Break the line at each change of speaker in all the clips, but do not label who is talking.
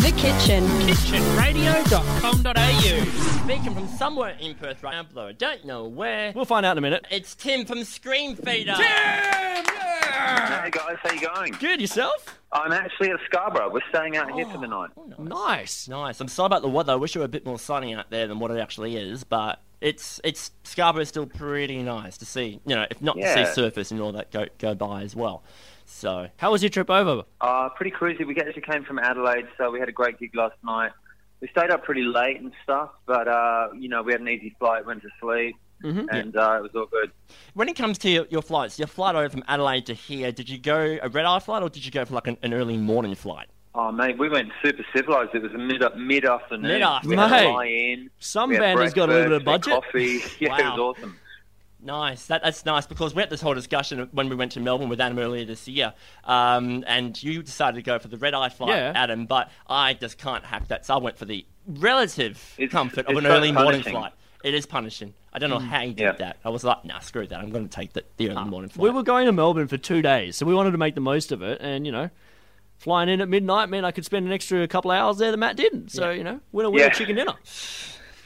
The kitchen.
Kitchenradio.com.au. Speaking from somewhere in Perth right now, though I don't know where.
We'll find out in a minute.
It's Tim from Scream Feeder.
Hey guys, how you going?
Good yourself?
I'm actually at Scarborough. We're staying out here for
Oh,
the night.
Nice.
Nice. I'm sorry about the weather. I wish it were a bit more sunny out there than what it actually is, but it's it's Scarborough's still pretty nice to see. You know, if not to
Yeah.
see surface and all that go go by as well. So
How was your trip over?
Uh, pretty cruisy. We actually came from Adelaide, so we had a great gig last night. We stayed up pretty late and stuff, but uh, you know we had an easy flight, went to sleep,
Mm-hmm.
and uh, it was all good.
when it comes to your, your flights, your flight over from Adelaide to here, did you go a red eye flight or did you go for like an, an early morning flight?
Oh mate, we went super civilized. It was mid mid afternoon.
Mid-afternoon.
We had
Mate.
a lie-in.
Some
we had
banders got a little bit of
breakfast,
budget.
Coffee. Yeah, it
Wow.
was awesome.
Nice. That, that's nice because we had this whole discussion when we went to Melbourne with Adam earlier this year, um, and you decided to go for the red eye flight,
Yeah.
Adam. But I just can't hack that, so I went for the relative
It's-
comfort of
it's
an
so
early morning
punishing. Mm.
flight. It is punishing. I don't know how you did
Yeah.
that. I was like, nah, screw that. I'm going to take the, the early morning flight.
Ah. We were going to Melbourne for two days, so we wanted to make the most of it. And, you know, flying in at midnight meant I could spend an extra couple of hours there that Matt didn't. So, you know, winner, winner,
Yeah.
chicken dinner.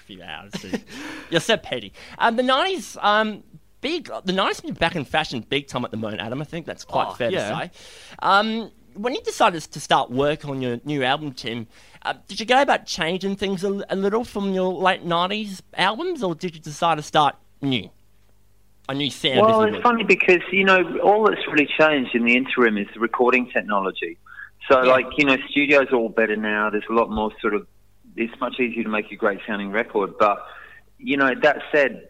few hours. dude. You're so petty. Um, the nineties, um, big. The nineties are back in fashion big time at the moment, Adam. I think that's quite
Oh,
fair
yeah.
to say. Um, when you decided to start work on your new album, Tim, uh, did you go about changing things a, a little from your late nineties albums, or did you decide to start new? A new sound.
Well,
if
it's
you will.
funny because you know all that's really changed in the interim is the recording technology. So, like you know, studios are all better now. There's a lot more sort of. It's much easier to make a great sounding record, but you know that said,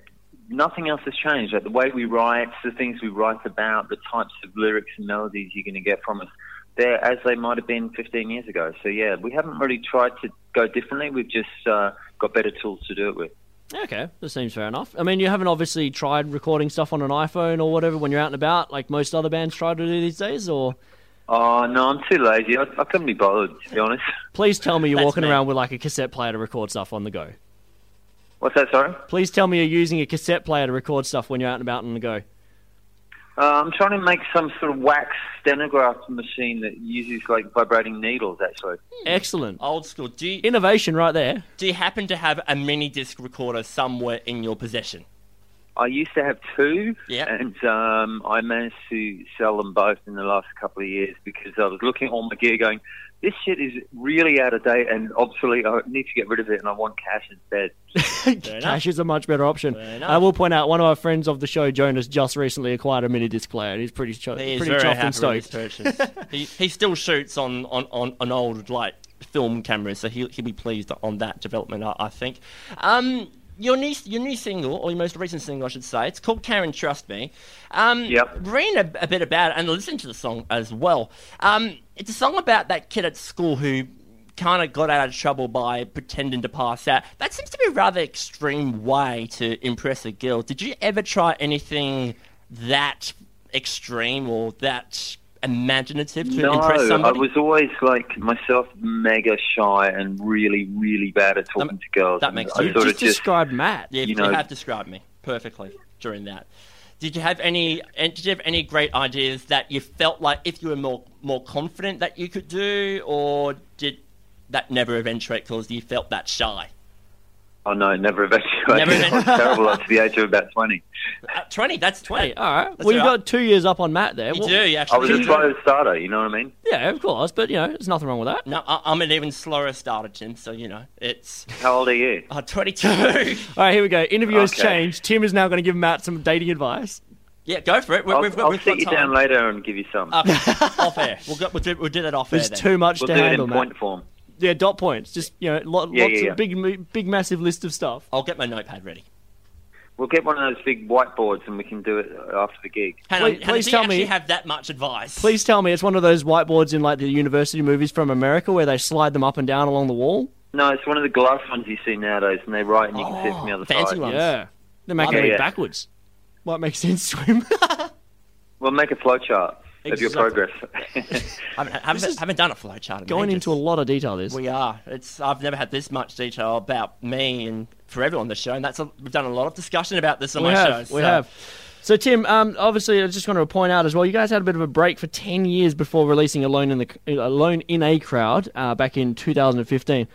nothing else has changed. Like the way we write, the things we write about, the types of lyrics and melodies you're going to get from us, they're as they might have been 15 years ago. So yeah, we haven't really tried to go differently. We've just uh, got better tools to do it with.
Okay, that seems fair enough. I mean, you haven't obviously tried recording stuff on an iPhone or whatever when you're out and about, like most other bands try to do these days, or
Oh no, I'm too lazy. I, I couldn't be bothered to be honest.
please tell me you're
That's
walking
me.
around with like a cassette player to record stuff on the go.
What's that? Sorry.
Please tell me you're using a cassette player to record stuff when you're out and about on the go.
Uh, I'm trying to make some sort of wax stenograph machine that uses like vibrating needles. Actually,
Excellent.
Old school. Do you,
Innovation right there.
do you happen to have a mini disc recorder somewhere in your possession?
I used to have two,
Yeah.
and um, I managed to sell them both in the last couple of years because I was looking at all my gear, going, "This shit is really out of date and obsolete. I need to get rid of it, and I want cash instead."
Cash is a much better option.
Fair enough.
I will point out one of our friends of the show, Jonas, just recently acquired a mini disc player, and he's pretty, cho-
He is
pretty
very
chuffed
happy
and
with
stoked.
his purchase. he, he still shoots on, on, on, on old like film cameras, so he'll, he'll be pleased on that development, I, I think. Um, your new your new single, or your most recent single, I should say, it's called "Karen Trust Me." Um,
Yep.
Read a, a bit about it and listen to the song as well. Um, it's a song about that kid at school who kind of got out of trouble by pretending to pass out. That seems to be a rather extreme way to impress a girl. Did you ever try anything that extreme or that imaginative to
No,
impress
I
somebody?
was always like myself, mega shy and really, really bad at talking to girls.
that makes
I
sense.
sort
Just
of just
describe Matt.
Yeah, you,
you know-
have described me perfectly during that. Did you have any? And did you have any great ideas that you felt like if you were more more confident that you could do, or did that never eventuate because you felt that shy?
Oh no, never eventually.
Never
I was
eventually.
terrible up to the age of about twenty.
At twenty, that's twenty.
Hey, all right.
That's
well, you've
all right.
got two years up on Matt there.
you
Well,
do. You
I
actually.
was a slow starter. You know what I mean?
Yeah, of course, but you know, there's nothing wrong with that.
No, I, I'm an even slower starter, Tim. So you know, it's
How old are you?
uh, twenty-two.
All right, here we go. Interview has
Okay.
changed. Tim is now going to give Matt some dating advice.
yeah, go for it. we
I'll,
we've got,
I'll
we've
sit
got
you
time. Uh,
down later and give you some.
Okay, off air. We'll, go, we'll, do, we'll do that off
There's
air.
too much
we'll
to
do it
handle,
in
Matt.
point form.
Yeah, dot points. Just you know, lo-
Yeah,
lots
yeah, yeah.
of big, mo- big, massive list of stuff.
I'll get my notepad ready.
We'll get one of those big whiteboards and we can do it after the gig.
Hang on,
Please- please
do
tell
you actually
me-
have that much advice?
Please tell me it's one of those whiteboards in like the university movies from America where they slide them up and down along the wall.
No, it's one of the glass ones you see nowadays, and they write and you can see it from the other
Oh, fancy
side.
one.
Yeah, they make
Yeah,
it read
yeah.
backwards. Might make sense to him.
We'll make a flowchart of your
Exactly.
progress.
I haven't, haven't,
is
haven't done a flowchart. in
Going
ages.
into a lot of detail, this.
We are. It's. I've never had this much detail about me and for everyone on the show, and that's. A, we've done a lot of discussion about this on
We
my
have,
show.
we
so-
have. So, Tim, um, obviously, I just want to point out as well, you guys had a bit of a break for 10 years before releasing Alone in, the, Alone in a Crowd uh, back in 2015.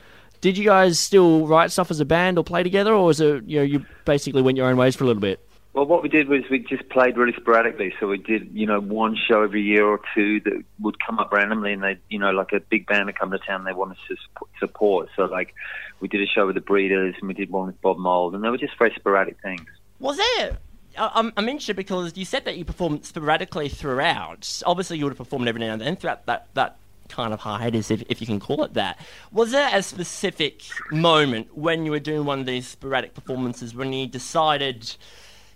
Did you guys still write stuff as a band or play together, or was it, you know, you basically went your own ways for a little bit?
Well, what we did was we just played really sporadically. So we did, you know, one show every year or two that would come up randomly, and they, you know, like a big band would come to town, they wanted to sup- support. So like, we did a show with the Breeders, and we did one with Bob Mould, and they were just very sporadic things.
Was there? I- I'm, I'm interested because you said that you performed sporadically throughout. Obviously, you would have performed every now and then throughout that, that kind of hiatus, if, if you can call it that. Was there a specific moment when you were doing one of these sporadic performances when you decided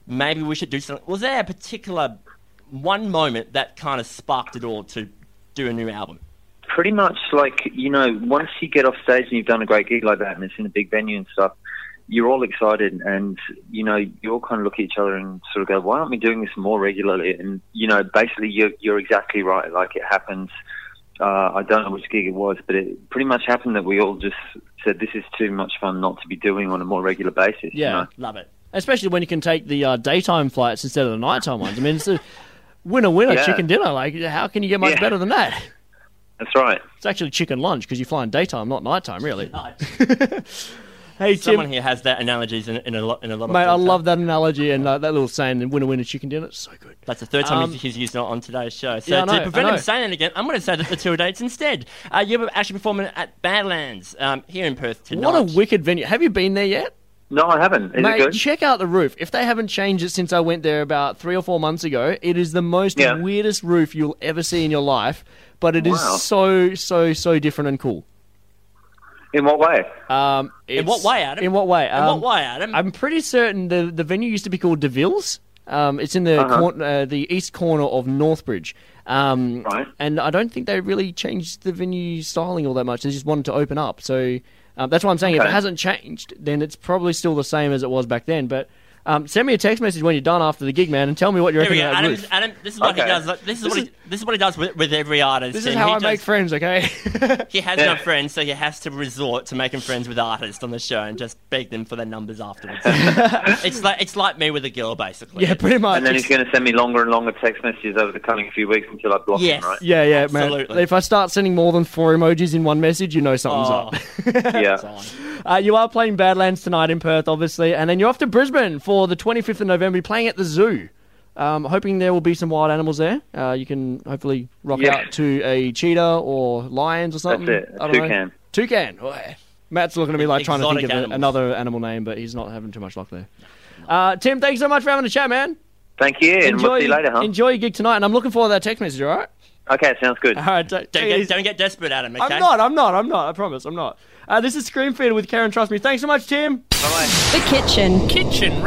maybe we should do something? Was there a particular one moment that kind of sparked it all to do a new album?
Pretty much like, you know, once you get off stage and you've done a great gig like that, and it's in a big venue and stuff, you're all excited and you know you all kind of look at each other and sort of go why aren't we doing this more regularly and you know basically you're, you're exactly right like it happens uh, I don't know which gig it was but it pretty much happened that we all just said this is too much fun not to be doing on a more regular basis you
Yeah.
know?
Love it.
Especially when you can take the uh, daytime flights instead of the nighttime ones. I mean, it's a winner winner
Yeah.
chicken dinner. Like, how can you get much
Yeah.
better than that?
that's right
It's actually chicken lunch because you fly in daytime, not nighttime, really. Hey,
Someone
Tim.
here has their analogies in, in, a, lot, in a lot of
Mate, I
detail.
love that analogy and uh, that little saying, winner winner chicken dinner. It's so good.
That's the third time
Um,
he's, he's used it on today's show. So
Yeah, I know,
to
I
prevent him
know.
saying it again, I'm going to say that the two dates instead. Uh, you were actually performing at Badlands um, here in Perth tonight.
What a wicked venue. Have you been there yet?
no I haven't is
Mate,
it good
check out the roof. If they haven't changed it since I went there about three or four months ago, it is the most
Yeah.
weirdest roof you'll ever see in your life. But it is
Wow.
so, so, so different and cool.
in what way
Um, it's-
what way, Adam?
In what way?
In
Um,
what way, Adam?
I'm pretty certain the the venue used to be called DeVille's. Um, it's in the
Uh-huh.
cor- uh, the east corner of Northbridge. Um,
Right.
And I don't think they really changed the venue styling all that much. They just wanted to open up. So um, that's why I'm saying if
Okay.
it hasn't changed, then it's probably still the same as it was back then. But um, send me a text message when you're done after the gig, man, and tell me what you
Here
reckon
we go.
of that
Adam,
roof.
Adam, this is what he
Okay.
does. This is
This
what he,
is-
this is what he does with, with every artist.
This is
and
how
he
I make
does-
friends, okay?
He has no friends, so he has to resort to making friends with artists on the show and just beg them for their numbers afterwards. it's like it's like me with a girl, basically.
yeah, pretty much.
and then he's going to send me longer and longer text messages over the coming few weeks until I block
Yes.
him right
yeah, yeah, man.
Absolutely.
If I start sending more than four emojis in one message, you know something's
Oh.
up.
yeah
Uh, you are playing Badlands tonight in Perth, obviously, and then you're off to Brisbane for the 25th of November. You're playing at the zoo. Um, hoping there will be some wild animals there. Uh, you can hopefully rock
Yeah.
out to a cheetah or lions or something.
it, a
I don't know.
toucan.
Toucan. Oh, yeah. Matt's looking at me like trying to think
Exotic
of a-
animals.
another animal name, but he's not having too much luck there. Uh, Tim, thanks so much for having a chat, man.
thank you and
enjoy,
we'll see you later huh
enjoy your gig tonight, and I'm looking forward to that text message, all right?
okay sounds good
All right, ta- take
Don't
it
get,
easy.
don't get desperate, Adam. Okay?
I'm not, I'm not, I'm not, I promise, I'm not. Uh, this is Scream Feeder with Karen Trust Me. Thanks so much, Tim.
bye bye
The kitchen.
kitchenradio.com.au.